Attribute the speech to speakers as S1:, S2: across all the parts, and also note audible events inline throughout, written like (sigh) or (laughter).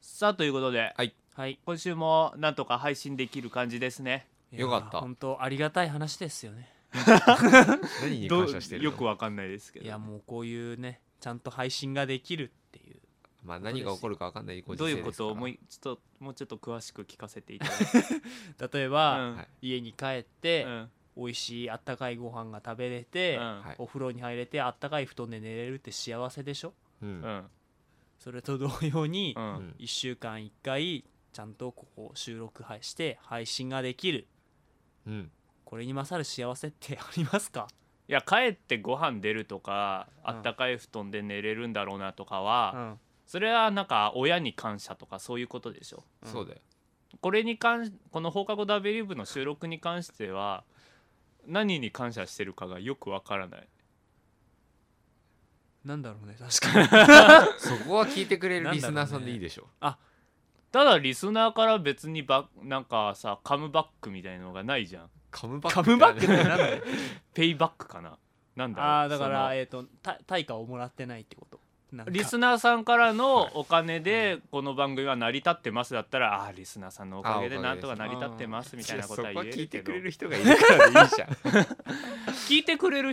S1: したということで、
S2: はい
S1: はい、今週もなんとか配信できる感じですね
S2: いやよかった
S3: 本当ありがたい話ですよね
S2: 何に
S1: ど
S2: 感
S1: う
S2: 謝してるの
S1: よくわかんないですけど
S3: いやもうこういうねちゃんと配信ができるっていう
S2: まあ何が起こるか分かんないご時
S1: どう
S2: 世
S1: い
S2: で
S1: う
S2: すから
S1: ことをもうちょっともうちょっと詳しく聞かせていただい
S3: 例えば、
S1: うん、
S2: はい
S3: 家に帰ってて、
S1: うん
S3: 美味しいあったかいご飯が食べれて、
S1: うん
S2: はい
S3: お風呂に入れてあったかい布団で寝れるって幸せでしょ
S2: う
S1: うんん
S3: それと同様に、
S1: うん
S2: うん
S3: 1週間1回ちゃんとここ収録配して配信ができる
S2: うん
S3: これに勝る幸せってありますか、
S1: いや帰ってご飯出るとか
S3: うん
S1: あったかい布団で寝れるんだろうなとか
S3: う
S1: は、
S3: ん、
S1: それはなんか親に感謝とかそういうことでしょ
S3: うん
S2: そうだよ
S1: これに関しこの放課後ダビリブの収録に関しては何に感謝してるかがよくわからない
S3: なんだろうね確かに
S2: そこは聞いてくれるリスナーさんでいいでしょ
S1: ただリスナーから別にばなんかさカムバックみたいなのがないじゃん
S2: カムバッ
S3: カ
S2: ク
S3: ムバックって
S2: みたい
S3: なんだよ
S1: ペイバックかななんだろう
S3: ああだか
S1: その
S3: らえっ、とた対価をもらってないってことなんか
S1: リスナーさんからのお金でこの番組は成り立ってますだったらああーリスナーさんのおかげで
S2: あーお
S1: な
S2: か
S1: ん
S2: げで
S1: とか成り立ってますみたいなことは言え
S2: いやそこは聞
S1: る
S2: い
S1: け
S2: て
S1: ど
S2: くれる人がいるからいいじゃん
S1: 聞いてくれる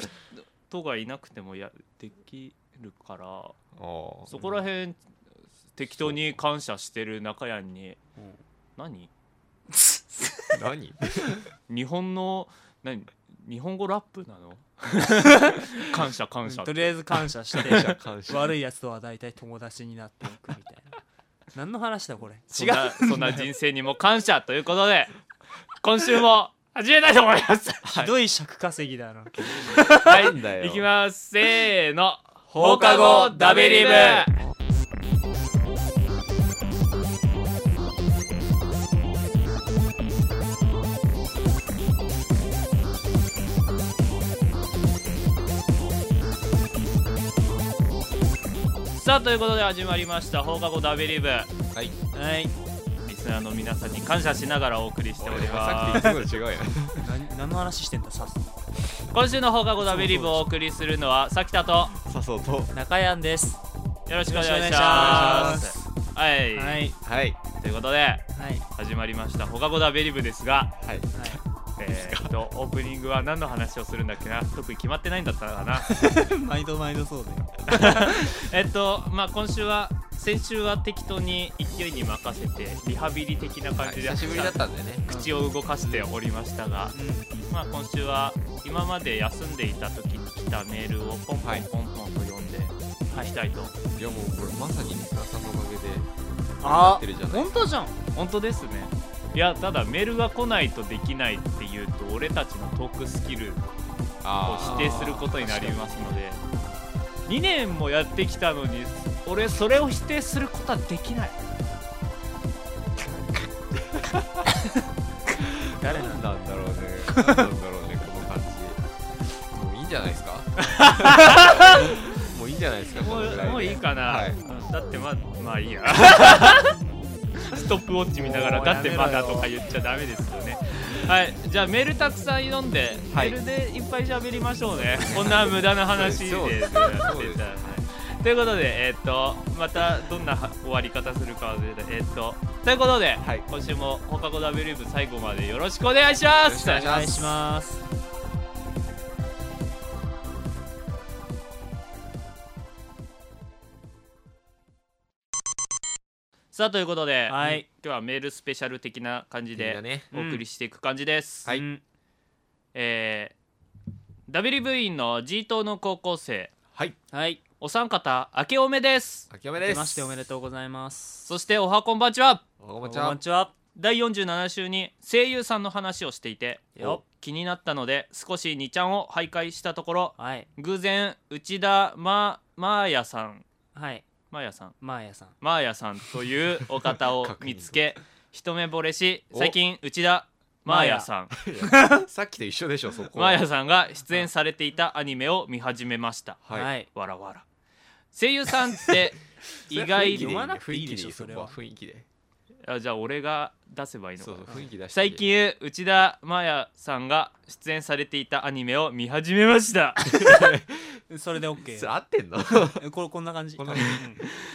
S1: 人がいなくてもやできるから
S2: おー
S1: そこら辺適当に感謝してる中谷に
S3: うん
S1: 何
S2: 何
S1: 日本の何日本語ラップな (laughs) の感謝感謝
S3: とりあえず感謝して (laughs)
S2: 感謝感謝
S3: 悪いやつとは大体友達になっていくみたいな何の話だこれ
S1: そ
S3: 違
S1: ん
S3: う
S1: なそんな人生にも感謝ということ
S3: (laughs)
S1: で今週も始めたいと思います
S3: ひどい尺稼ぎだな
S1: はい、
S2: なんだ
S1: (laughs)
S2: よ
S1: いきます。せーの。
S3: 放課後ダベリブ
S1: さあ、ということで始まりました放課後ダベリブ。
S2: はい
S3: はい
S1: リスナーの皆さんに感謝しながらお送りしており
S2: 俺
S1: ま
S2: は
S1: す
S2: さ。っきと言ってたの違うよ
S3: 何何の話してんださ
S1: 今週の放課後ダベリブをお送りするのは、さきたと。
S2: さそうと
S3: 中山です
S1: よろしくお願いし
S3: よ
S1: ま
S3: ろし
S1: す。
S3: く
S1: はい、
S3: お願いし
S2: はい
S1: ということで、
S3: ますはいはい
S1: 始まりました放課後ダベリブですが。
S2: はい
S1: えーっと、オープニングは何の話をするんだっけな、特に決まってないんだったかな。
S3: はい (laughs) 毎度毎度そうだよ
S1: えっとまあ今週は先週は適当に勢いに任せてリハビリ的な
S2: は
S1: 感
S2: い
S1: じで、
S2: 久しぶりだったんだよね
S1: 口を動かしておりましたが、まあ今週は今まで休んでいた時に来たメールをポンポ
S2: はい
S1: ンポンポンと読んでいきたいと、
S2: いやもうこれまさにリスナーさんのおかげで
S3: あ
S2: やってるじゃない
S3: 本当じゃん
S1: 本当ですねいやただメールが来ないとできないっていうと俺たちのトークスキルを
S2: あ
S1: 否定することになりますので2年もやってきたのに俺それを否定することはできない
S2: 誰なんだろうね何なんだろうねこの感じもういいんじゃないですかもういいんじゃないですかこ
S1: も
S2: のぐらいで
S1: うもういいかな、
S2: はい
S1: だってままあいいや (laughs) ストップウォッチ見ながら
S3: もうや
S1: だっ
S3: め
S1: て
S3: ろよ
S1: まだとか言っちゃダメですよねはいじゃあメールたくさん読んで、
S2: はい
S1: メールでいっぱい喋りましょうね (laughs) こんな無駄な話で
S2: そ
S1: や
S2: うで
S1: って
S2: す
S1: たら
S2: そうです
S1: ねということで、えーっとまたどんな終わり方するかは忘れたえーっとということで、
S2: はい
S1: 今週も放課後 W ブ最後までよろしくお願いします
S2: よろしくお願いし
S3: お願いします
S1: さあということで、
S3: はい
S1: 今日はメールスペシャル的な感じ
S2: 的
S1: で
S2: なね
S1: お送りしていく感じです、
S2: はい
S3: うん
S1: えー、W 部員の G 棟の高校生
S2: はい
S3: はい
S1: お三方明けおめです
S2: 秋山
S3: 出
S2: です
S3: ましておめで
S2: と
S3: とうございます
S1: そしておはこんばんちは
S2: うお
S3: こ
S2: も
S3: ん
S2: ちゃ
S3: ば
S2: ん
S3: んちは
S1: 第47週に声優さんの話をしていて
S3: よ
S1: 気になったので少し2ちゃんを徘徊したところ
S3: はい
S1: 偶然内田ままーやさん
S3: はい
S1: まーやさん
S3: マーヤさん
S1: まーやさんというお方を
S2: (laughs) 確認
S1: 見つけ一目惚れし
S2: お
S1: 最近内田まーやさん
S2: さっきと一緒でしょそこ
S1: ま
S2: は
S1: ーやさんが出演されていたアニメを見始めました
S2: はい
S3: はい
S1: わらわら声優さんって意外
S2: (laughs) それは雰囲
S1: に
S2: 気で
S3: 読まなくていいでしょ
S2: 雰囲気
S3: それ
S2: こ
S3: は
S2: 雰囲気で
S1: あじゃあ俺が出せばいいのか
S2: そう
S1: な
S2: そう雰囲気出して
S1: 最近内田真也さんが出演されていたアニメを見始めました
S2: (laughs)
S3: それで
S2: それ
S3: OK
S2: 合ってんの
S3: これこんな感じ
S2: こんな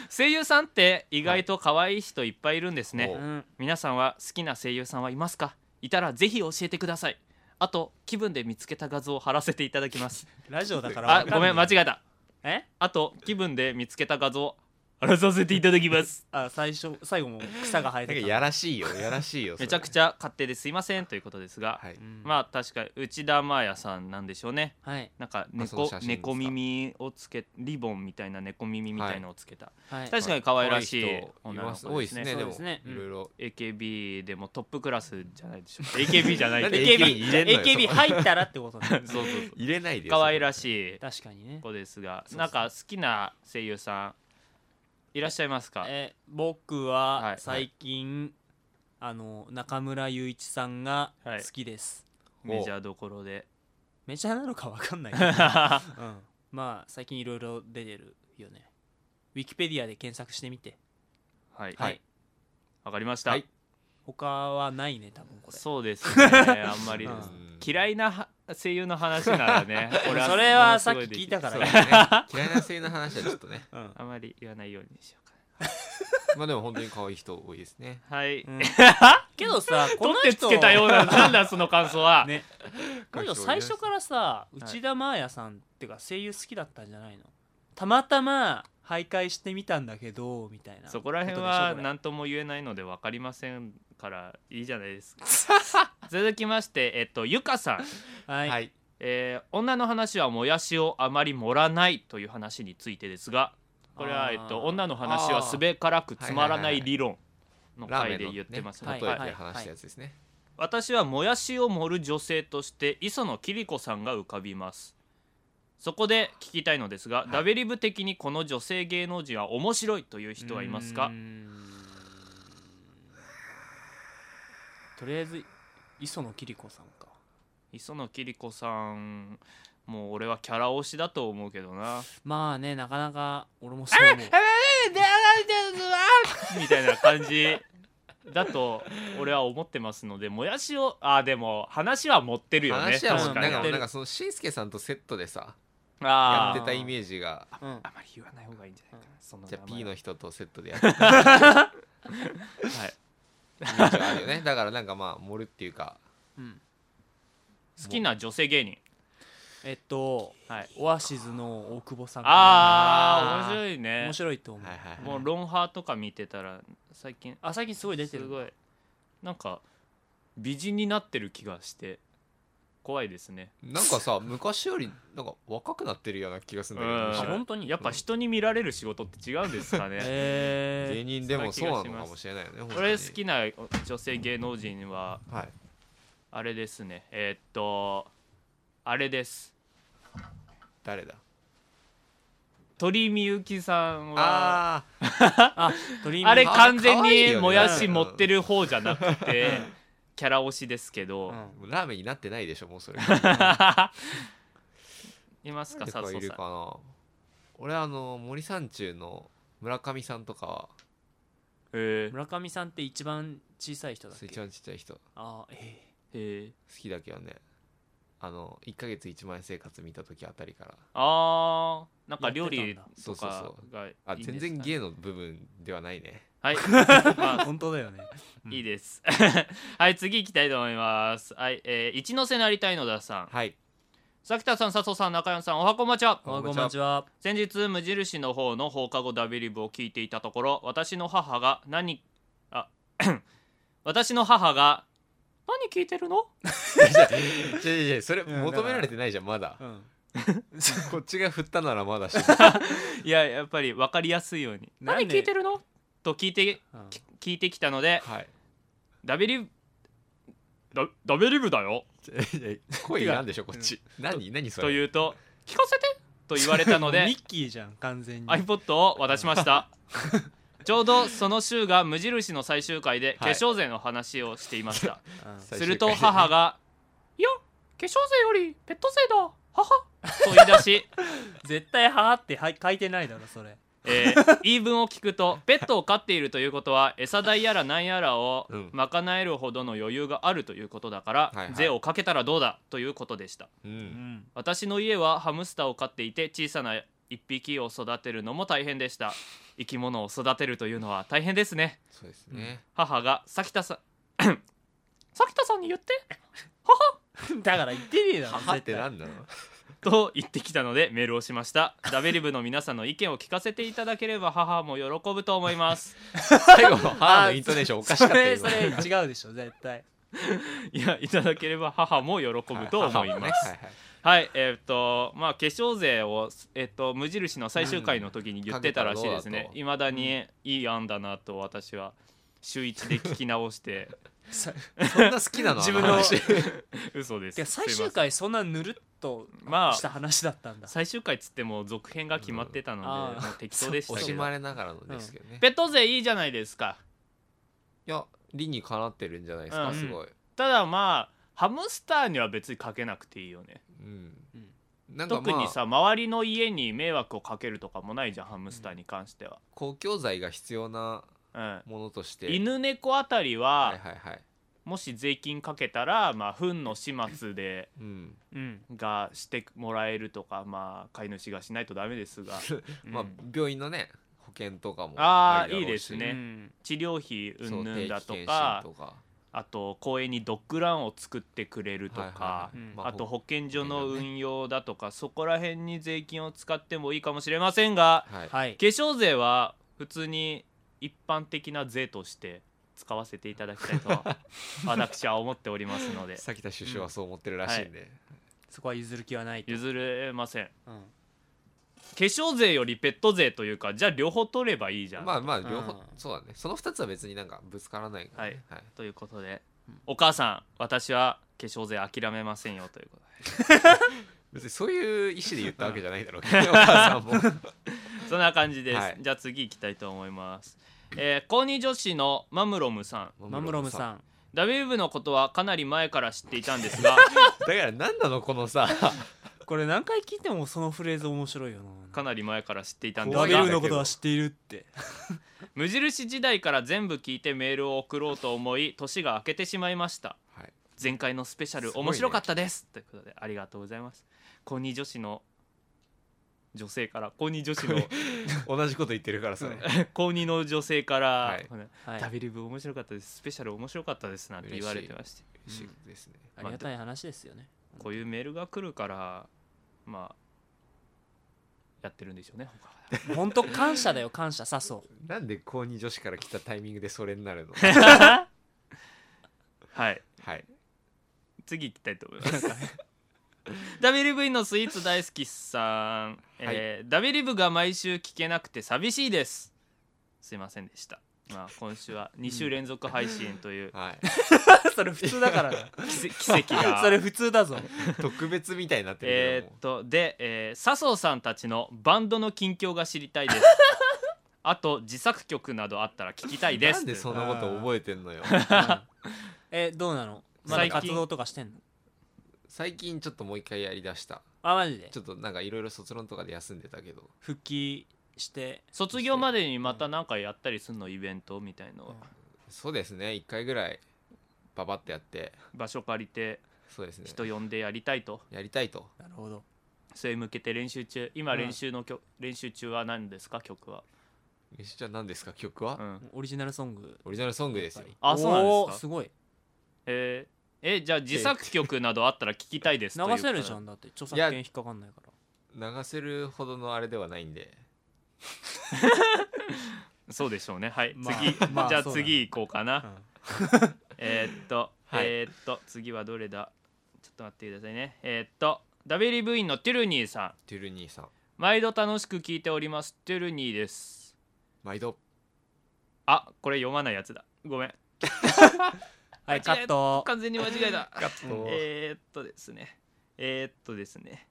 S1: 声優さんって意外と可愛い人いっぱいいるんですね、
S2: はいお
S3: うん
S1: 皆さんは好きな声優さんはいますかいたらぜひ教えてくださいあと気分で見つけた画像を貼らせていただき
S2: (laughs)
S1: ます
S3: ラジオだから
S1: あ
S3: わか
S1: ごめん間違
S3: え
S1: えた
S3: え
S1: あと気分で見つけた画像を貼らさせていただき
S2: (laughs)
S1: ます
S3: あ最初最後も草が生え
S2: なん
S3: て
S2: か
S3: た
S2: やらしいよやらしいよそれ
S1: めちゃくちゃ勝手ですいませんということですが、
S2: はい
S3: うん
S1: まあ確か内田真也さんなんでしょうね
S3: はい
S1: なんか
S2: あその
S1: 猫
S2: 写真ですか
S1: 猫耳をつけリボンみたいな猫耳みたいのをつけた、
S3: はい
S1: 確かに可愛らしい
S2: 可愛人
S1: 女の子
S2: 多
S1: で
S2: いですす
S1: ね
S2: ねで
S3: そうで
S2: も
S3: すねうん
S2: いろいろ
S1: AKB でもトップクラスじゃないでしょ AKB じゃない
S2: なんで
S1: AKB
S2: AKB 入れんのよ
S3: AKB 入ったらってことね
S1: そうそうそう
S2: 入れない
S1: (laughs)
S2: で
S1: 可愛ら
S2: い
S1: し
S3: (laughs) 確かにね
S1: い子ですが
S2: そう
S1: なんか好きな声優さんいらっしゃいますか
S3: え僕
S1: はい
S3: は最近、あの中村雄一さんが
S1: はい
S3: 好きです、
S1: メジャーどころで
S3: メジャーなのかわかんない
S1: (laughs)
S3: けど、
S1: あ
S3: うん、まあ最近いろいろ出てるよねウィキペディアで検索してみて
S1: はい
S3: はい、
S1: わかりました、
S2: はい
S3: 他はないね多分これ
S1: そうですねあんまりです
S3: う
S1: 嫌
S2: い
S1: いなは声優の話ならね俺は
S3: (laughs) それはさっき聞
S2: (laughs)
S3: いたか
S2: そ
S3: ら
S2: う
S3: ね
S2: だね嫌いな性の話はちょっとね
S3: うん
S1: あまり言わないようにしようか
S2: まあでも本当に可愛い人多いです
S1: (laughs)
S2: ね
S1: なはい、
S3: うんけどさこ
S1: 取
S3: の
S1: っ
S3: 人
S1: てつけたようななんだその感想は、
S3: ねだけど最初からさ内田真礼さんってか声優好きだったんじゃないのたまたま徘徊してみたんだけどみたいな
S1: そこら辺は (laughs)
S3: ことでしょこれ
S1: 何とも言えないので分かりませんからいいじゃないですか (laughs) 続きましてえっとゆかさん、
S3: はい、
S2: はい
S1: えー女の話はもやしをあまり盛らないという話についてですがこれは
S3: あー
S1: えっと女の話はすべからくつまらない理論の
S2: ラーメ
S1: 回
S2: ン
S1: で
S2: の
S1: 言ってますね
S2: ね
S1: はい
S2: 例え
S3: はい
S2: て話したやつですね
S1: 私はもやしを盛る女性として磯野桐子さんが浮かびますそこで聞きたいのですが、
S2: い
S1: ダベリブ的にこの女性芸能人は面白いという人はいますか
S3: うーんとりあえず磯野桐子さんか
S1: 磯野桐子さんもう俺はキャラ推しだと思うけどな
S3: まあねなかなか俺もそう思う
S1: みたいな感じだと俺は思ってますのでもやしをあーでも話は持ってるよね
S2: 話はもう
S1: 確か
S2: な
S1: に
S2: んか
S3: ね
S2: なんかそのしんすけさんとセットでさや
S1: あ
S2: っ
S1: ー
S2: てたイメージが
S3: うん
S1: あまり言わない方がいいんじゃないかなその
S2: じゃあ P
S1: の
S2: の人とセットでやってたイ
S1: はい
S2: メージがあるよねだ (laughs) からなんかまあ盛るっていうか
S3: うん
S1: 好きな女性芸人
S3: えっと
S1: はい
S3: オアシズの大久保さんかな
S1: ああ
S2: あー
S1: 面白いね
S3: 面白いと思う、
S2: はいはい
S1: もうロンハーとか見てたら最近
S3: あ最近すごい出て
S1: す
S3: る
S1: ごいなんか美人になってる気がして怖いですね
S2: なんかさ昔よりなんか若くなってるような気がするんだ
S1: うん
S2: けどむ
S3: あ
S2: しろ
S3: 本当に
S1: やっぱ人に見られる仕事って違うんですかね
S3: えー
S2: 芸人でもそうなのかもしれないよ
S1: (laughs)
S2: ね
S1: 俺好きな女性芸能人は
S2: なはい
S1: あれですねえーっとあれです
S2: 誰だ
S1: 鳥居みゆきさんは
S2: ああ
S3: あ、ドリーム
S1: あれ
S2: か
S1: 完全
S2: 可愛いよ
S1: に
S2: ね
S1: もやし持ってる方じゃなくてキャラ推しですけど、
S3: うん
S2: ラーメンになってないでしょもうそれ
S1: (laughs) いますか
S2: 誰
S1: 佐
S2: かい
S1: 藤
S2: る
S1: さ
S2: か
S1: ん
S2: な俺あの森三中の村上さんとかは
S1: えー
S3: 村上さんって一番小さい人だっけ
S2: 一番ちっちゃい人好
S3: あーえ
S1: えー
S2: きだけどねあの1ヶ月1万円生活見た時あたりから
S1: あーなんか料
S3: やって
S1: 理
S3: た
S1: と
S3: ん
S1: かがいいんですか
S2: あ全然芸の部分ではないね
S1: はい、 (laughs)
S3: ー、
S1: まあ
S3: 本当だよね
S1: いいです (laughs) はい次行きたいと思いますはい、えー一ノ瀬なりたいのださん
S2: はい (laughs)
S1: 崎田さん佐藤さん中山さんおはこんばんちは
S3: あこんばんちは
S1: 先日無印の方の放課後ダビリブを聞いていたところ私の母が何あ (clears throat) 私の母が何聞いてるの
S2: じゃじゃそれ
S3: うん
S2: 求められてないじゃんまだ
S3: うん
S2: こっちが振ったなら
S1: (laughs)
S2: まだし
S1: いややっぱり分かりやすいように
S3: なんで
S1: 何聞いてるのと聞いて
S3: うん
S1: き聞いてきたので
S2: はい
S1: ダビリブダダビリブだよ
S2: じゃじゃ声いらんでしょこっち何何それ
S1: と言うと聞かせてと言われたの
S3: (laughs) ミ
S1: で
S2: (laughs)
S3: ッキーじゃん完全に
S1: iPod を渡しましたちょうどその週が無印の最終回で化
S2: はい
S1: 粧税の話をしていました、
S3: う
S2: (laughs)
S3: ん
S2: 最終回
S1: すると母
S2: (laughs)
S1: が「いや化粧税よりペット税だ母」と言い出し
S3: 絶対「は」ってはい書いてないだろそれ
S1: えー言い分を聞くとペットを飼っているということは餌代やら何やらを
S2: うん
S1: 賄えるほどの余裕があるということだから、
S2: はいはい
S1: 税をかけたらどうだということでした
S2: う
S3: うんん
S1: 私の家はハムスターを飼っていて小さな一匹を育てるのも大変でした生き物を育てるというのは大変ですね
S2: そうですね、
S1: 母が咲田さん (coughs) 咲田さんに言って
S3: (laughs) だから言ってねえだろ
S2: 母っ
S3: 絶
S2: て
S3: 対
S2: なんだろう
S1: (laughs) と言ってきたのでメールをしましたダベリブの皆さんの意見を聞かせていただければ母も喜ぶと思います
S2: 最後の母のイントネーションおかしかったよ
S3: それそれ違うでしょ絶 (laughs) 対
S1: いやいただければ母も喜
S2: 今
S1: ぶと思います
S2: はい
S1: は
S2: はい
S1: いえーっとまあ化粧税を、えーっと無印の最終回の時に言ってたらしいです
S2: うんかけたら
S1: ね
S2: どうだと
S1: いまだにいい案だなと私は週一で聞き直して
S2: (laughs)
S3: さ
S2: そんな好きなの
S3: 自分の
S2: あ話
S1: (laughs) 嘘です
S3: てか最
S1: すいま
S3: 終
S1: せん
S3: 回そんなぬるっと
S1: まあ
S3: した話だったんだ、
S1: 最終回っつっても続編が決まってたので、
S3: うんあー
S1: もう適当でした
S2: 惜
S1: け
S2: し
S1: ど
S2: まれながらのですけどね、い
S1: ペット税いいじゃないですか
S2: や理にかなってるんじゃないですか、
S1: うん
S2: すごい、
S1: ただまあハムスターには別にかけなくていいよね
S2: うん
S3: うん
S2: なんか
S1: 特
S2: ま
S1: に
S2: あ
S1: さ周りの家に迷惑をかけるとかもないじゃんハムスターに関しては、
S2: 公共財が必要な
S1: うん、
S2: ものとして
S1: 犬猫あたり
S2: は
S1: は、
S2: いはいはい、
S1: もし税金かけたらまあ糞の始末で
S2: うん
S3: うん
S1: がしてもらえるとかまあ飼い主がしないとダメです
S2: (laughs)
S1: が
S2: まあ
S1: うん
S2: 病院のね保険とかも
S1: あー
S2: りだろうし
S1: いいですね
S3: うん
S1: 治療費
S2: そう
S1: 云々だと
S2: 定期
S1: か
S2: 検診とか
S1: あと公園にドッグランを作ってくれるとか、
S2: はいはいはい
S3: うん
S2: ま
S1: あと
S2: ほ
S1: 保健所の運用だとかそこら辺に税金を使ってもいいかもしれませんが
S2: はい
S3: はい
S1: 化粧税は普通に一般的な税として使わせていただきたいと
S2: (laughs)
S1: 私は思っておりますので
S2: 先田首相はそう思ってるらしいんで、
S3: そこは譲る気はないと、
S1: 譲れません化
S3: うん
S1: 粧税よりペット税というかじゃあ両方取ればいいじゃん、
S2: まあまあ両
S3: う
S2: 方
S3: ん
S2: そうだねその2つは別になんかぶつからないから、ね、はい
S1: ということで、
S3: うん
S1: お母さん私は化粧税諦めませんよということ
S2: 別にそういう意思で言ったわけじゃないだろうけ
S1: (laughs)
S2: どねお母さんも (laughs)
S1: でそんな感じです、
S2: はい
S1: じゃあ次行きたいと思いますえー、公認女子のマムロムさん
S3: マムロムさん
S1: ダビーブのことはかなり前から知っていたんです
S2: (laughs)
S1: が
S2: だから何なのこのさ
S3: これ何回聞いてもそのフレーズ面白いよ
S1: か
S3: な
S1: なり前から知っていたんです
S3: ダ
S1: が
S3: ビルのことは知っているって
S1: 無印時代から全部聞いてメールを送ろうと思い年が明けてしまいました
S2: はい
S1: 前回のスペシャル
S2: すごいね
S1: 面白かったですということでありがとうございます高2女子の女性から高2女子の
S2: 同じこと言ってるからそれ
S3: うん
S1: 高2の女性から、
S2: はい
S3: はい
S1: ダビリブ面白かったですスペシャル面白かったですなんて言われてまして
S2: 嬉しいですね、
S3: ありがたい話ですよね
S1: こういうメールが来るからまあやってるんでしょ
S2: (laughs)
S1: うね他は
S3: (laughs) 本当感謝だよ感謝さそう
S2: なんで高2女子から来たタイミングでそれになるの
S1: はい
S2: はい
S1: 次行きたいと思います (laughs) WV のスイーツ大好きさん、えー WV が毎週聞けなくて寂しいですすいませんでしたまあ今週は2週連続配信という
S2: はい
S3: それ普通だからな
S1: 奇跡奇跡
S2: (laughs)
S1: が
S3: (laughs) それ普通だぞ
S2: 特別みたいになってる
S1: え
S2: け
S1: ー
S2: ど
S1: っとで、えー笹生さんたちのバンドの近況が知りた
S2: (laughs)
S1: いですあと自作曲などあったら聞きたい
S2: も
S1: で
S2: な
S1: す
S2: んでそんなこと覚えてんのよ
S3: えどうなのまだ
S1: 最近
S3: 活動とかしてんの
S2: 最近ちょっともう一回やりだした
S3: あマジで
S2: ちょっとなんかいろいろ卒論とかで休んでたけど
S3: 復帰して
S1: 卒業までにまた何かやったりするのイベントみたいのは
S2: そうですね1回ぐらいババってやって
S1: 場所借りて
S2: そうですね
S1: 人呼んでやりたいと
S2: やりたいと
S3: なるほど
S1: それに向けて練習中今
S3: うん
S1: 練習の曲、練習中は何ですか曲は、
S2: 飯ちゃん何ですか曲は、
S1: うん、
S3: オリジナルソング
S2: オリジナルソングですよ
S1: あそうなんですか
S3: おーすごい
S1: えーえじゃあ自作曲などあったら聞きたいです
S3: 流せるじ
S1: と
S3: ゃ
S1: いうん
S3: だって著作権引っかかんないから
S2: 流せるほどのあれではないんで
S1: ことでそうでしょうねはい、
S3: まあ
S1: 次、
S3: まあ
S1: (laughs) じゃあ
S3: そうだね
S1: 次行こうかな、
S3: うん
S1: えーっと、
S2: はい
S1: えーっと次はどれだちょっと待ってくださいねえーっと w 部員のテュルニーさん
S2: トゥルニーさん
S1: 毎度楽しく聞いておりますテュルニーです
S2: 毎度
S1: あこれ読まないやつだごめん
S3: はいカット
S1: 完全に間違え
S3: (laughs)
S1: た
S2: ガッと
S1: (laughs) えーっとですねえーっとですね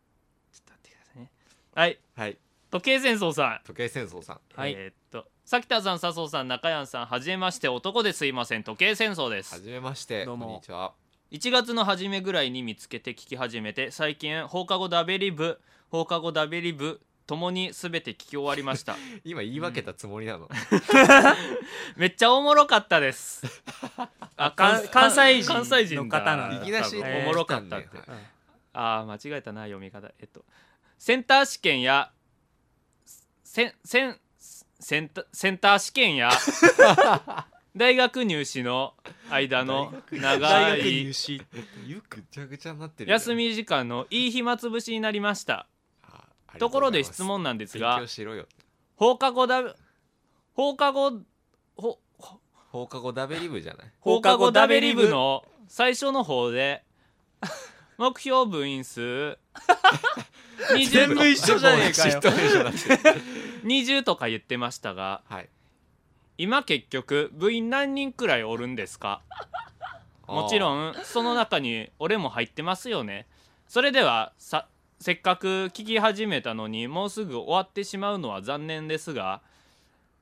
S1: ちょっと待ってくださいねはい
S2: はい
S1: 時計戦争さん
S2: 時計戦争さん
S3: はい
S1: えーっと咲田さん笹生さん中山さんはじめまして男ですいません時計戦争で
S2: は
S1: す
S2: じめまして
S3: ど
S2: こ
S3: うんも
S2: にちは
S1: 1月の初めぐらいに見つけて聞き始めて最近放課後ダベリブ放課後ダベリブ共に全て聞き終わりました
S3: (laughs)
S2: 今言い分けたつもりなの、
S1: めっちゃおもろかったですあ
S3: 関関西人
S1: 関西人だ
S3: の方なんだ
S2: いきなし
S1: 多分
S3: えー
S1: おもろかったって
S2: 来たんで
S1: あー間違えたな読み方えっとセンター試験やセンセンセンタセンター試験
S3: (laughs)
S1: や大学入試の間の
S2: (laughs)
S3: 大
S1: 長
S3: 学入
S1: い
S3: 試
S2: よくぐちゃぐちゃになってるよ
S1: 休み時間のいい暇つぶしになりました
S2: あありが
S1: とこ
S2: うご
S1: ろ
S2: ざい
S1: で
S2: ます
S1: 質問なんです
S2: 勉
S1: が
S2: 強しろよ
S1: 放課後だ放課後ほほ
S2: 放課後ダベリブじゃない
S1: 放課後ダベリブの最初の方で
S3: (laughs)
S1: 目標部員数
S3: 全部
S1: 20
S3: 一緒じゃねえか
S2: 知
S3: よ
S2: っとるでしょだって
S1: 20とか言ってましたが
S2: はい
S1: 今結局部員何人くらいおるんですかもちろ
S2: ん
S1: んその中に俺も入ってますよねそれではさせっかく聞き始めたのにもうすぐ終わってしまうのは残念ですが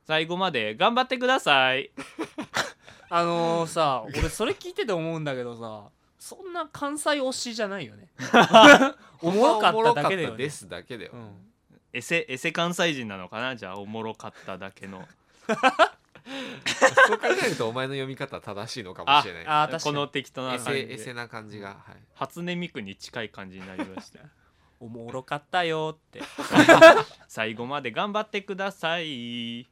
S1: 最後まで頑張ってください
S3: あのー、さ俺それ聞いてて思うんだけどさそんな関西推しじゃないよねおもろかっただけだ
S2: おもろかっ
S3: よ
S2: た
S3: ね
S2: ですだけだよ
S3: うん
S1: エセエセ関西人なのかなじゃあおもろかっただけの
S2: そう考えるとお前の読み方は正しいのかもしれない
S3: あー確かに
S1: この適当な
S2: エ
S1: 感じ
S2: セエセ
S1: で
S2: な感じがはい
S1: 初音ミクに近い感じになりました
S3: おもろかったよって
S1: 最後まで頑張ってください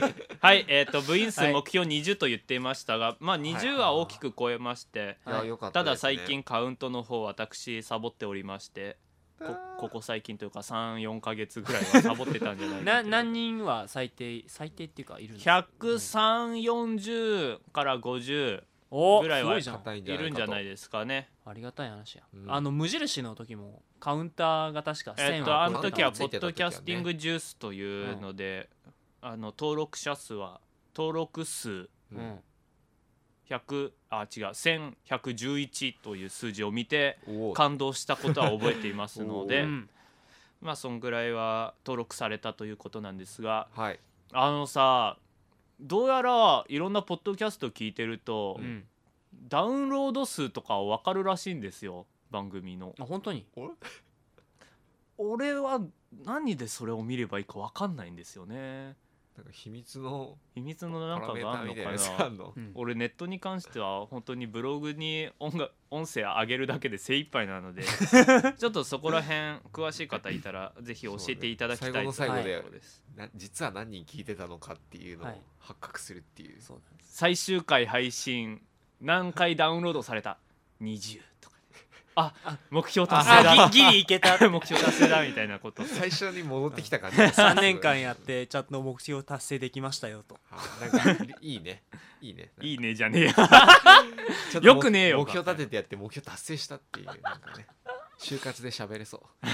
S1: (laughs) はいえっ、と部員数
S3: はい
S1: 目標20と言っていましたが、まあ20は大きく超えまして、
S2: いやよかった
S1: た
S2: で
S1: だ
S2: すね
S1: 最近カウントの方私サボっておりましてこここ最近というか34か月ぐらいはサボってたんじゃないか
S3: (laughs) な
S1: という
S3: 何人は最低最低っていうかいるんですか
S1: 10340から50
S3: お
S1: ぐらい
S3: すご
S1: はい
S3: じゃん
S2: 硬い
S1: い
S2: んじゃないかと
S1: るんじゃないですかね
S3: ありがたい話や、
S2: うん
S3: あの無印の時もカウンターが確か1000
S1: えっとあの
S2: 超えた
S1: 時は
S2: つ
S1: ポ
S2: いて
S1: ッ
S2: た時は
S1: ドキ
S2: ね
S1: ャスティングジュースというので、あの登録者数は登録数
S3: うんうん
S1: 100あ違う1111という数字を見て
S2: おお
S1: 感動したことは覚えていますので、
S2: お
S3: (laughs) うん
S1: まあそんぐらいは登録されたということなんですが
S2: はい
S1: あのさどうやらいろんなポッドキャスト聞いてると、
S3: うん
S1: ダウンロード数とか分かるらしいんですよ番組の
S3: あ本当に
S1: 俺は何でそれを見ればいいか分かんないんですよね
S2: なんか秘密の
S1: 秘密のなんか
S2: パラメー
S1: が
S2: タ
S1: あ
S2: ー
S1: る
S2: み
S1: の
S2: たいな
S1: か
S2: やつ
S1: な
S2: あんの
S3: うん
S1: 俺ネットに関しては本当にブログに音楽音声上げるだけで精一杯なの
S3: (laughs)
S1: でちょっとそこら辺詳しい方いたらぜひ教えていただきたい
S2: そうね最
S3: 後の
S1: と
S3: 最後で
S1: いうところです
S2: な実は何人聞いてたのかっていうのを
S3: はい
S2: 発覚するっていう、
S3: そうなんです
S1: 最終回配信何回ダウンロードされた20とかあ目標達成
S3: あ
S1: だ
S3: ギギリい (laughs) けた
S1: (laughs) 目標達成だみたいなこと
S2: 最初に戻ってきた
S1: (laughs)
S2: 感じ
S3: 3年間やってちゃんと目標達成できましたよと
S2: あなんかい
S1: (laughs)
S2: いねいいね
S1: い
S2: い
S1: いねじゃねえよ
S3: (laughs)
S1: よくねえよ
S2: 目標立ててやって目標達成したっていうなんかね就活で喋れそう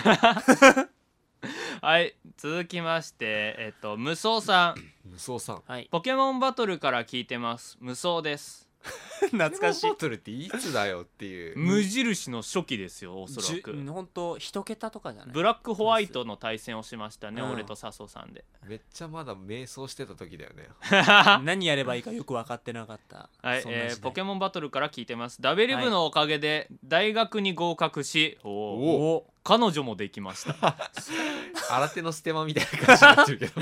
S1: はい続きましてえっと無双さん
S2: 無双さん
S3: はい
S1: ポケモンバトルから聞いてます無双です
S3: (laughs) 懐かし
S2: ポケモン
S3: い
S2: バトルっていつだよっていう
S1: 無印の初期ですよおそらく
S3: 本当一桁とかじゃない
S1: ブラックホワイトの対戦をしましたね、
S3: うん
S1: 俺と笹生さんで
S2: めっちゃまだ迷走してた時だよね
S1: は
S3: 何やればいいかよく分かってなかった
S1: い、えーポケ
S3: モ
S1: モ
S3: ン
S1: ンバトルから聞いてますダベリブのおかげで大学に合格し、おー
S2: お
S1: 彼女もできました (laughs)
S2: 新手のステマみたいな感じになってるけど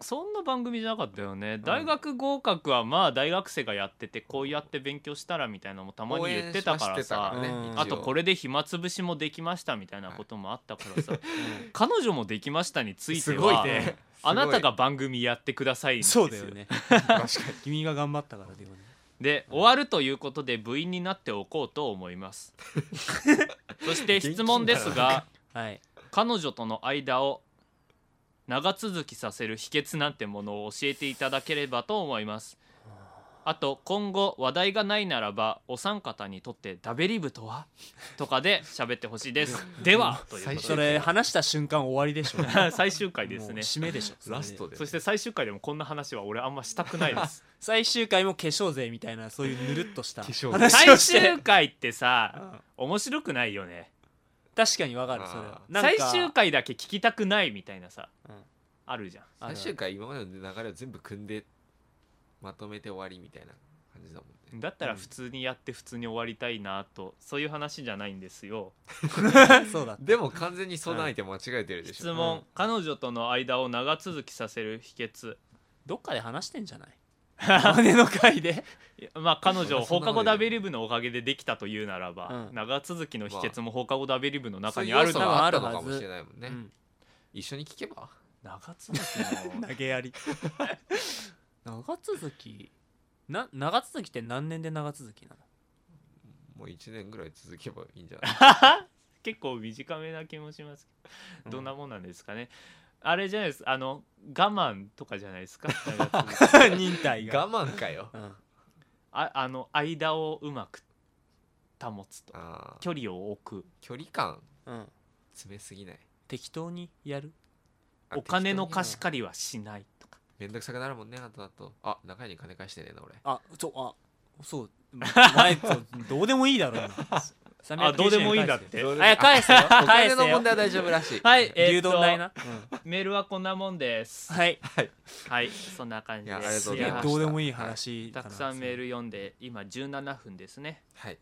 S1: そんな番組じゃなかったよね大学合格はまあ大学生がやっててこうやって勉強したらみたいなのもたまに言ってたからさ
S2: 応援しましてたからね
S3: うん
S1: あとこ
S2: れ
S1: れで暇つぶしもできましたみたいなこともあったからさ、 (laughs) 彼女もできましたについて
S2: すごい
S1: は、
S2: ね
S1: あなたが番組やってくださいんです
S3: そうだよね (laughs)
S2: 確かに
S3: 君が頑張ったからだよね
S1: で終わるということで部員になっておこうと思います (laughs) そして質問です
S2: 元気だ
S1: が
S3: はい
S1: 彼女との間を長続きさせる秘訣なんてものを教えていただければと思いますあと今後話題がないならばお三方にとってダベリブとはとかで喋ってほしいです (laughs) ではということで
S3: それ話した瞬間終わりでしょ
S1: (laughs) 最終回です
S3: もう
S1: ね
S3: 締めでしょそれ
S2: ラストで
S1: そして最終回でもこんな話は俺あんましたくないです (laughs)
S3: 最終回も化粧税みたいなそういうぬるっとした
S2: 化粧税
S3: 話を
S1: 最
S3: して
S1: 終回って
S3: う
S1: さ
S3: ん
S1: 面白くないよね
S3: 確かにわかるそれは
S2: あー
S3: なん
S1: 最
S3: か
S1: 終回だけ聞きたくないみたいなさ、
S3: うん
S1: あるじゃん
S3: ある
S2: 最終回今までの流れを全部組んでまとめて終わりみたいな感じだもんね
S1: だったら普通にやって普通に終わりたいなとそういう話じゃないんですよ
S3: そうだ
S2: でも完全にそんな相手間違えてるでし
S1: 質
S2: ょ、
S1: 問、
S3: うん
S1: 彼女との間を長続きさせる秘
S3: (laughs)
S1: 訣
S3: どっかで話してんじゃない (laughs) 姉の会で
S1: いやまあ彼女を放
S2: そんな
S1: 課後
S2: ことない
S1: ダベリブのおかげでできたというならば、
S3: うん
S1: 長続きの秘訣も放課後ダベリブの中
S2: そうい
S1: に
S2: う
S1: あ
S2: 要
S1: る
S2: 素
S1: な、
S2: はあった
S3: 多分あ
S2: の
S3: る
S2: か
S3: はず
S2: もしれないもんね、
S3: うん
S2: 一緒に聞けば
S1: 長続きの
S3: (laughs) 投げやり長続きな長続きって何年で長続きなの
S2: もう1年ぐらい続けばいいんじゃない
S1: (laughs)
S3: (laughs)
S1: 結構短めな気もしますけ
S3: うん
S1: どどんなもんなんですかね、あれじゃないですあの我慢とかじゃないですか
S3: (laughs)
S1: 長続き (laughs)
S3: 忍耐が、
S2: 我慢かよ
S3: うん、
S1: ああの間をうまく保つと
S2: あー
S1: 距離を置く
S2: 距離感
S3: うん、
S2: 詰めすぎない
S3: 適当にやる
S2: あ
S1: お金の
S2: 適当に
S1: 貸し借りはしないとか
S2: めんどくさくなるもんねあとだとあ中に金返してねえな俺
S3: あそうあそう前 (laughs) とどうでもいいだろうな
S1: あどうでもいいんだっ
S3: 390
S1: て
S3: 円返せよ
S2: (laughs)
S3: あ
S2: お
S3: 返
S2: 金
S3: せよ返
S2: の
S3: せよ
S2: 問題は大丈夫らしい
S3: (laughs)
S1: はい、えーっと
S3: 牛丼代な、
S1: メールはこんなもんです
S3: はい
S1: はいそんな感じで
S2: いやありがと
S1: す
S2: うございました
S3: どうでもいい話か
S1: た
S3: な
S1: くさんメール読んで今17分ですね
S2: はい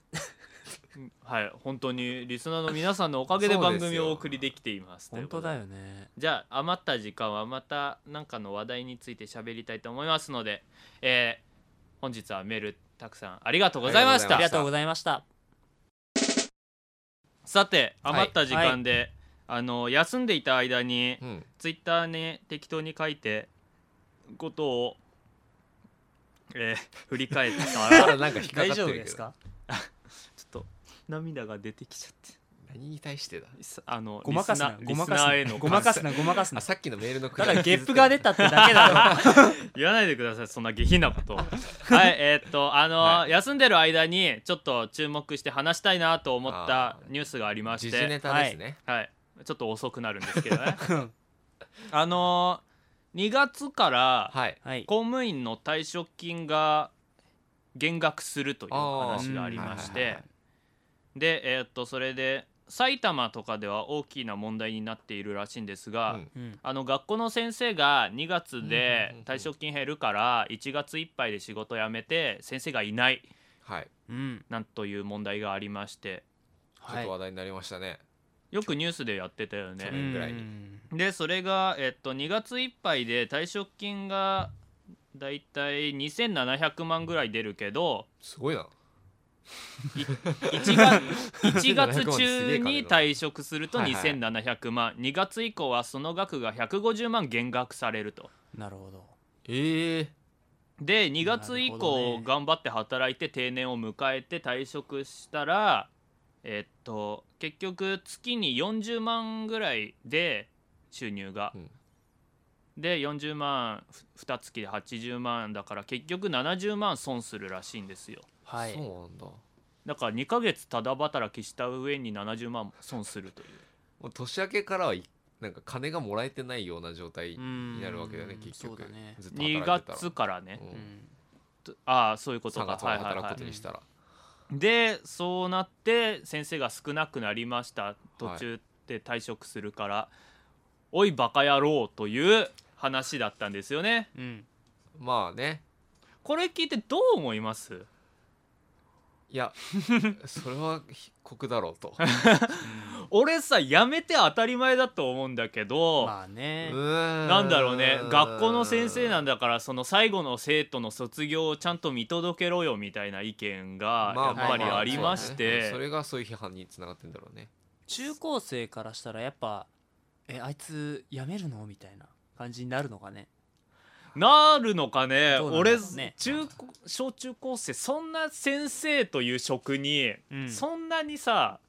S1: うんはい本当にリスナーの皆さんのおかげで番組をお送りできています
S3: 本当だ
S1: ということで
S3: よね
S1: じゃあ余った時間はまた何かの話題について喋りたいと思いますので、えー本日はメールたくさんありがとうございまし
S2: あ
S1: た
S3: ありがとうございました
S1: さて
S2: はい
S1: 余った時間で、あの休んでいた間に
S2: うん
S1: ツイッターに適当に書いてことを、えー (laughs) 振り返った
S2: あ
S3: (laughs)
S1: らちょ
S2: らなんか引っか
S3: 大
S2: かって
S3: 丈夫
S2: るけ
S3: です
S2: ど
S3: か
S1: っと涙が出てきちゃって
S2: 何に対してだ
S1: さあの
S3: ごまかすな
S1: リスナー
S3: ごまかす
S1: リスナーへ
S3: な
S1: の
S3: ごまかす
S1: 感
S3: なごまかす
S2: あ
S3: な
S2: さっきのメールのく
S3: た
S2: だり
S3: だゲップが
S2: 気づ
S3: 出
S2: い
S3: たってだけだろ
S1: (laughs) 言わないでくださいそんな下品なこと
S3: (laughs)
S1: はいえーっとあの、
S2: は
S1: 休んでる間にちょっと注目して話したいなと思ったニュースがありまし
S2: 時事
S1: て、
S2: ネタですね
S1: はい、ちょっと遅くなるんですけど
S3: (laughs)
S1: ね (laughs)
S3: うん
S1: あの2月から
S2: はい
S3: はい
S1: 公務員の退職金が減額するという話がありまし
S2: あーうんはいはい
S1: て
S2: はい
S1: でえーっとそれで埼玉とかでは大きな問題になっているらしいんですが、
S2: うん
S3: うん
S1: あの学校の先生が2月
S2: うんうんう
S1: で
S2: ん
S1: 退職金減るから1月いっぱいで仕事辞めて先生がいない
S2: はい
S3: うん
S1: なんという問題がありまして
S2: ちょ
S3: は
S2: っ
S3: い
S2: と話題になりましたね
S1: よくニュースでやってたよ
S2: 去年
S1: ね。
S2: ぐらいに
S3: うん
S1: でそれが、えっと、2月いっぱいで退職金がだいたい2700万ぐらい出るけど
S2: すごいな
S1: 1月 ,1 月中に
S2: すげえ金だ
S1: 退職すると
S2: はいはい
S1: 2700万2月以降はその額が150万減額されると。
S3: なるほど
S2: ええ
S1: で2月以
S3: なるほど
S1: 降
S3: ね
S1: 頑張って働いて定年を迎えて退職したらえっと結局月に40万ぐらいで収入が、
S2: うん
S1: で40万2月で80万だから結局70万損するらしいんですよ
S3: はい
S2: そうなんだも
S1: だから2ヶ月ただ働きした上に70万損するという
S2: う年明けからはいなんか金がもらえてないような状態
S3: に
S2: になるわけだよね結
S3: そう
S2: 局
S3: だね
S2: ずっと働い
S1: 2
S2: てたら
S1: 月からね
S2: う、
S3: うんん
S1: とああそういうこと
S2: 3
S1: か
S2: 月まで働くことにしたら
S1: でそうなって先生が少なくなりました
S2: は
S1: 途
S2: い
S1: 中で退職するから、おいバカ野郎という話だったんですよね
S3: うん
S2: まあね
S1: これ聞いてどう思います (laughs)
S2: いやそれは必国だろうと
S1: 俺さやめて当たり前だと思うんだけど、
S3: まあね
S2: な
S1: なんだろうね学校の先生なん
S2: だ
S1: だからその最後の生徒の卒業をちゃんと見届けろよみたいな意見がやっぱりありまし
S2: そ,、
S1: て
S2: れがそういう批判につながってんだろうね
S3: 中高生からしたらやっぱえあいつ辞めるのみたいな感じになるのかね
S1: なるのかね
S3: どうなんだ
S1: 俺
S3: ろうね
S1: 中高小中高生そんな先生という職に
S3: うん
S1: そんなにさ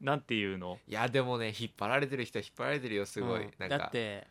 S1: なんていうの
S2: いやでもね引っ張られてる人は引っ張られてるよすごい、
S3: うん
S2: なん
S3: だ
S2: か、
S3: って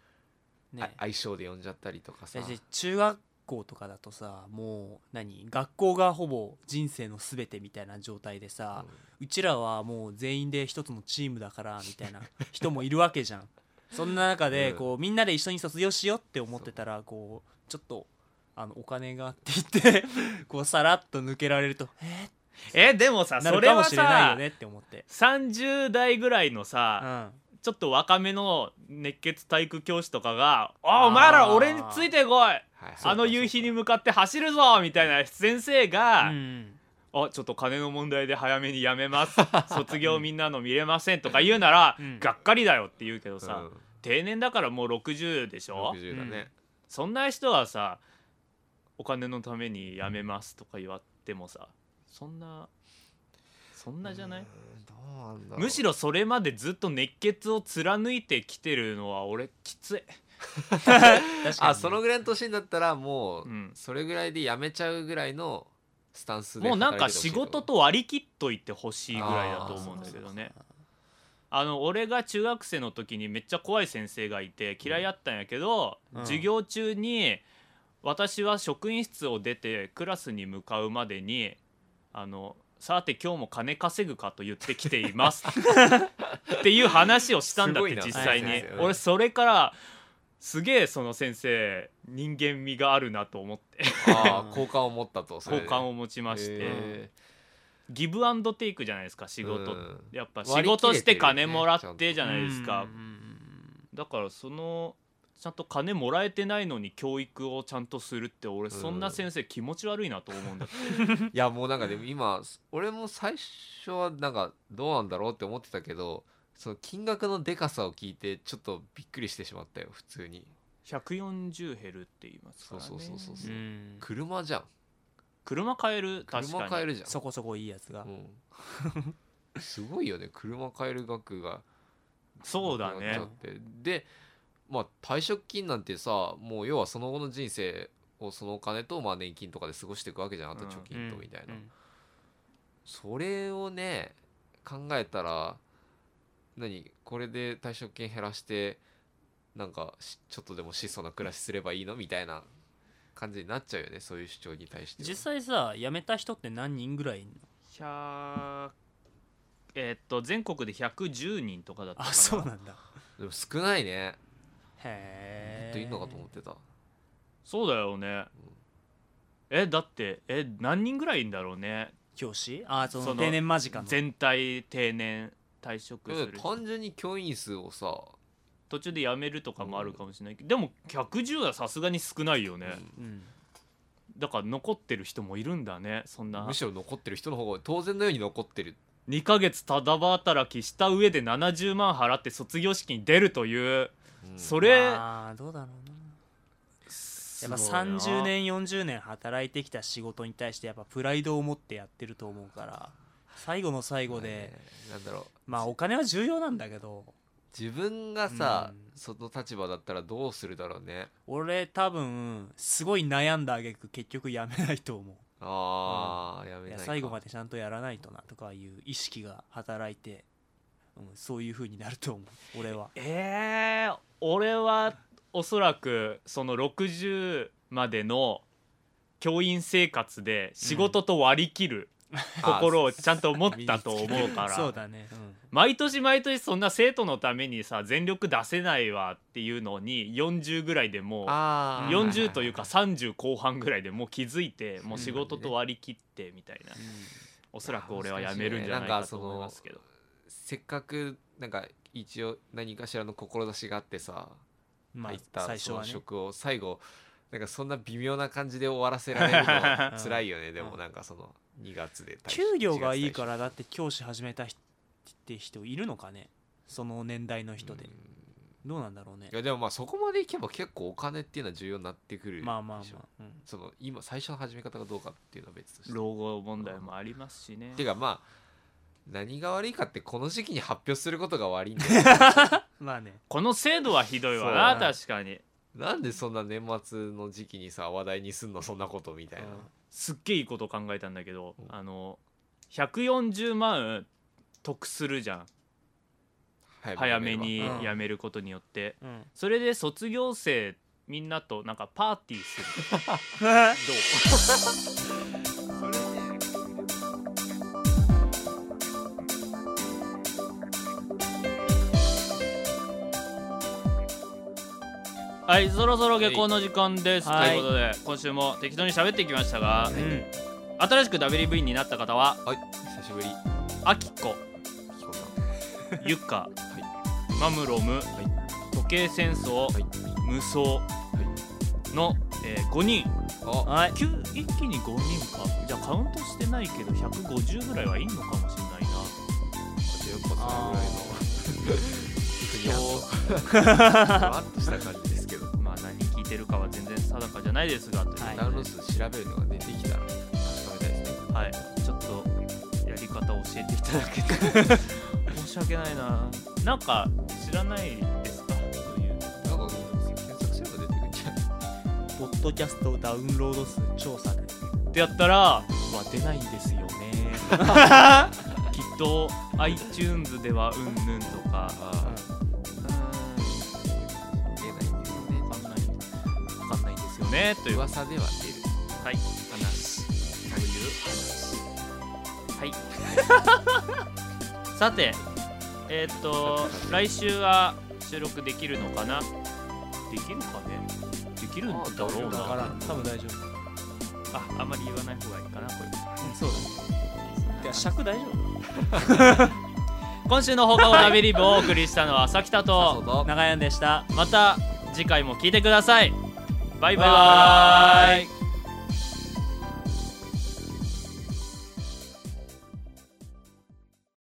S2: あ
S3: ね
S2: 相性で呼んじゃったりとかさ
S3: だって中学校とかだとさもう何学校がほぼ人生の全てみたいな状態でさ、うちらはもう全員で一つのチームだからみたいな人もいるわけじゃんそんな中で
S2: うん
S3: こうみんなで一緒に卒業しようって思ってたらこうちょっとあのお金がって言って (laughs) こうさらっと抜けられるとえ
S1: えでもさ
S3: ーな
S1: そ
S3: る
S1: れ
S3: かも
S1: は
S3: しれないよ
S1: さ
S3: ねって思って、
S1: 30代ぐらいの
S3: う
S1: さ
S3: ん、
S1: ちょっと若めの熱血体育教師とかが「おお前ら俺についてこい
S2: はいはい
S1: あの夕日に向かって走るぞみたいな先生が、
S3: うん
S1: あちょっと金の問題で早めにやめます
S3: (laughs)
S1: 卒業みんなの見れませんとか言うなら、
S3: うん
S1: がっかりだよって言うけどさ、
S2: うん
S1: 定年だからもう60でしょ
S2: 60だね、
S1: そんな人はさお金のために辞めますとか言わってもさそんなそんなじゃない、
S2: うんどうなんだろう
S1: むしろそれまでずっと熱血を貫いてきてるのは俺きつい
S3: 確かに
S2: あそのぐらいの年になったらも
S1: う
S2: う、
S1: ん
S2: それぐらいでやめちゃうぐらいのスタンスで
S1: もうなんか
S2: 働いて
S1: 仕
S2: ほしい
S1: 事と割り切っといてほしいぐらいだと思うんだけどねあの俺が中学生の時にめっちゃ怖い先生がいて嫌いやったんやけど、
S3: うん
S1: 授業中に私は職員室を出てクラスに向かうまでに「あのさて今日も金稼ぐか」と言ってきています
S2: (laughs)
S1: っていう話をしたんだっ
S2: すごい
S1: て
S2: な
S1: 実際に、
S3: はいはい
S2: はい
S1: 俺それからすげえその先生人間味があるなと思って
S2: ああ好感を持ったと
S1: 好感
S2: を
S1: を持ちまして、
S2: え
S1: ギブアンドテイクじゃないですか仕事って。
S2: うん
S1: やっぱ仕
S2: 割り切れて
S1: 事
S2: るよね
S1: して金もらってじゃ
S3: うん
S1: ないですか、
S3: うんうんうん
S1: だからそのちゃんと金もらえてないのに教育をちゃんとするって俺そんな先生気持ち悪いなと思
S2: (laughs)
S1: うんだけど、
S2: いやもうなんかでも今俺も最初はなんかどうなんだろうって思ってたけどその金額のでかさを聞いてちょっとびっくりしてしまったよ普通に
S1: 140減るって言いますから、ね、
S2: そうそうそうそううん車じゃん
S1: 車買える確
S2: 車
S1: か
S2: 買え
S1: に
S2: るじゃん
S3: そこそこいいやつが
S2: うん (laughs) すごいよね車買える額が
S1: そうだ
S2: なく
S1: ね
S2: なっちゃってでまあ退職金なんてさもう要はその後の人生をそのお金とまあ年金とかで過ごしていくわけじゃんあと貯金とみたいな、
S3: うん
S2: それをね考えたら何これで退職金減らしてなんかしちょっとでも質素な暮らしすればいいのみたいな感じになっちゃうよねそういう主張に対しては
S3: 実際さ辞めた人って何人ぐらいいんの
S1: 100えーっと全国で110人とかだったか
S3: あ
S1: な
S3: そうなんだ
S2: でも少ないねも
S3: へえ
S2: っといるのかと思ってた、
S1: そうだよねえだってえ何人ぐらいいんだろうね
S3: 教師あそ
S1: そ
S3: の
S1: の
S3: 定年間近の
S1: 全体定年退職す
S2: でも
S1: る人
S2: 単純に教員数をさ、
S1: 途中で辞めるとかもあるかもしれないけど、でも110はさすがに少ないよね、
S3: うん
S1: だから残ってる人もいるんだねそん
S2: うん
S1: な
S2: むしろ残ってる人の方が当然のように残ってる
S1: 2ヶ月ただ働きした上で70万払って卒業式に出るという、
S2: うん
S1: それ
S3: ああどうだろうなやっぱ
S1: すごいな
S3: 30年40年働いてきた仕事に対してやっぱプライドを持ってやってると思うから最後の最後で、
S2: なんだろう
S3: まあお金は重要なんだけど
S2: 自分がさ、
S3: うん
S2: その立場だったらどうするだろうね
S3: 俺多分すごい悩んだあげく結局やめないと思う
S2: ああ、やめな
S3: いや
S2: いか
S3: 最後までちゃんとやらないとなとかいう意識が働いて、うん、そういう風になると思う俺は
S1: えー、俺はおそらくその60までの教員生活で仕事と割り切る心をちゃんと持ったと思うから
S3: そうだね、うん
S1: 毎年毎年そんな生徒のためにさ全力出せないわっていうのに40ぐらいでもう
S2: あー
S1: 40というか30後半ぐらいでもう気づいてもう仕事と割り切ってみた
S2: (laughs)
S1: いなおそらく俺は辞めるんじゃないかと思いますけど
S2: せっかくなんか一応何かしらの志があってさ、
S3: まあ
S2: 入った
S3: 最初はね
S2: その職を最後なんかそんな微妙な感じで終わらせられるのは
S3: (laughs) うん
S2: 辛いよね、で
S3: う
S2: も
S3: ん
S2: なんかその2月で退職
S3: 給料がいいか
S2: 1
S3: らだって教師始めた人って人いるのかねその年代の
S2: 月退職
S3: 人で、
S2: うん
S3: どうなんだろうね
S2: いやでもまあそこまでいけば結構お金っていうのは重要になってくるでしょ
S3: まあまあまあ、うん
S2: その今最初の始め方がどうかっていうのは別として
S1: 老後問題もありますしね
S2: ていうかまあ何が悪いかってこの時期に発表することが悪いんだよ
S3: (laughs) まあね
S1: この制度はひどいわ
S2: そう
S1: な
S3: だな
S1: 確かに
S2: なんでそんな年末の時期にさ話題にすんのそんなことみたいな、
S1: すっげえいいこと考えたんだけど
S2: うん
S1: あの140万得するじゃん早めに
S3: うん
S1: 辞めることによって
S3: うん
S1: それで卒業生めればみんなとなんかパーティーするどうはい、そろそろ下校の時間です。
S3: はい
S1: ということで、今週も適当に喋ってきましたが、
S3: うん
S1: 新しく WV になった方は、
S2: はい久しぶり
S1: あき (laughs) こ、
S2: キコさん
S1: ゆか、マムロム、時計戦争、
S2: はい
S1: 無双のえー、5人
S2: あ
S3: はい
S1: 急一気に5人かじゃあカウントしてないけど150ぐらいはいんのかもしれないな
S2: 10個そのぐらいの
S3: あ
S2: ふにゃっとふわっとした感じですけど
S1: まあ何聞いてるかは全然定かじゃないですがという、
S3: はい
S2: ダウンロード数調べるのが出てきたら確かめたいですね
S1: はい、ちょっとやり方を教えていただけて申し訳ないななんか知らないですかそういう
S2: なんか検索すれば出てくるんじゃない
S3: ポッドキャストダウンロード数調査で
S1: ってやったらは出ないんですよねきっと iTunes ではうんぬんとか
S2: あ
S1: うー
S2: あ出ないんですよね
S1: んわかんないわかんないんですよねという
S2: 噂では出る
S1: はい話という話はい (laughs) さてえーっと来週は収録できるのかなできるかねできるんだろうな
S2: あだ
S3: だ
S2: か
S3: からら多分大丈夫
S1: ああんまり言わない方がいいかなこ
S3: そうだね
S1: れ
S3: 尺大丈
S1: 今週の放課後ラビリブをお送りしたのは朝北
S2: そう
S1: と
S2: だ
S3: 夫長屋でした
S1: また次回も聞いてくださいバイバーイ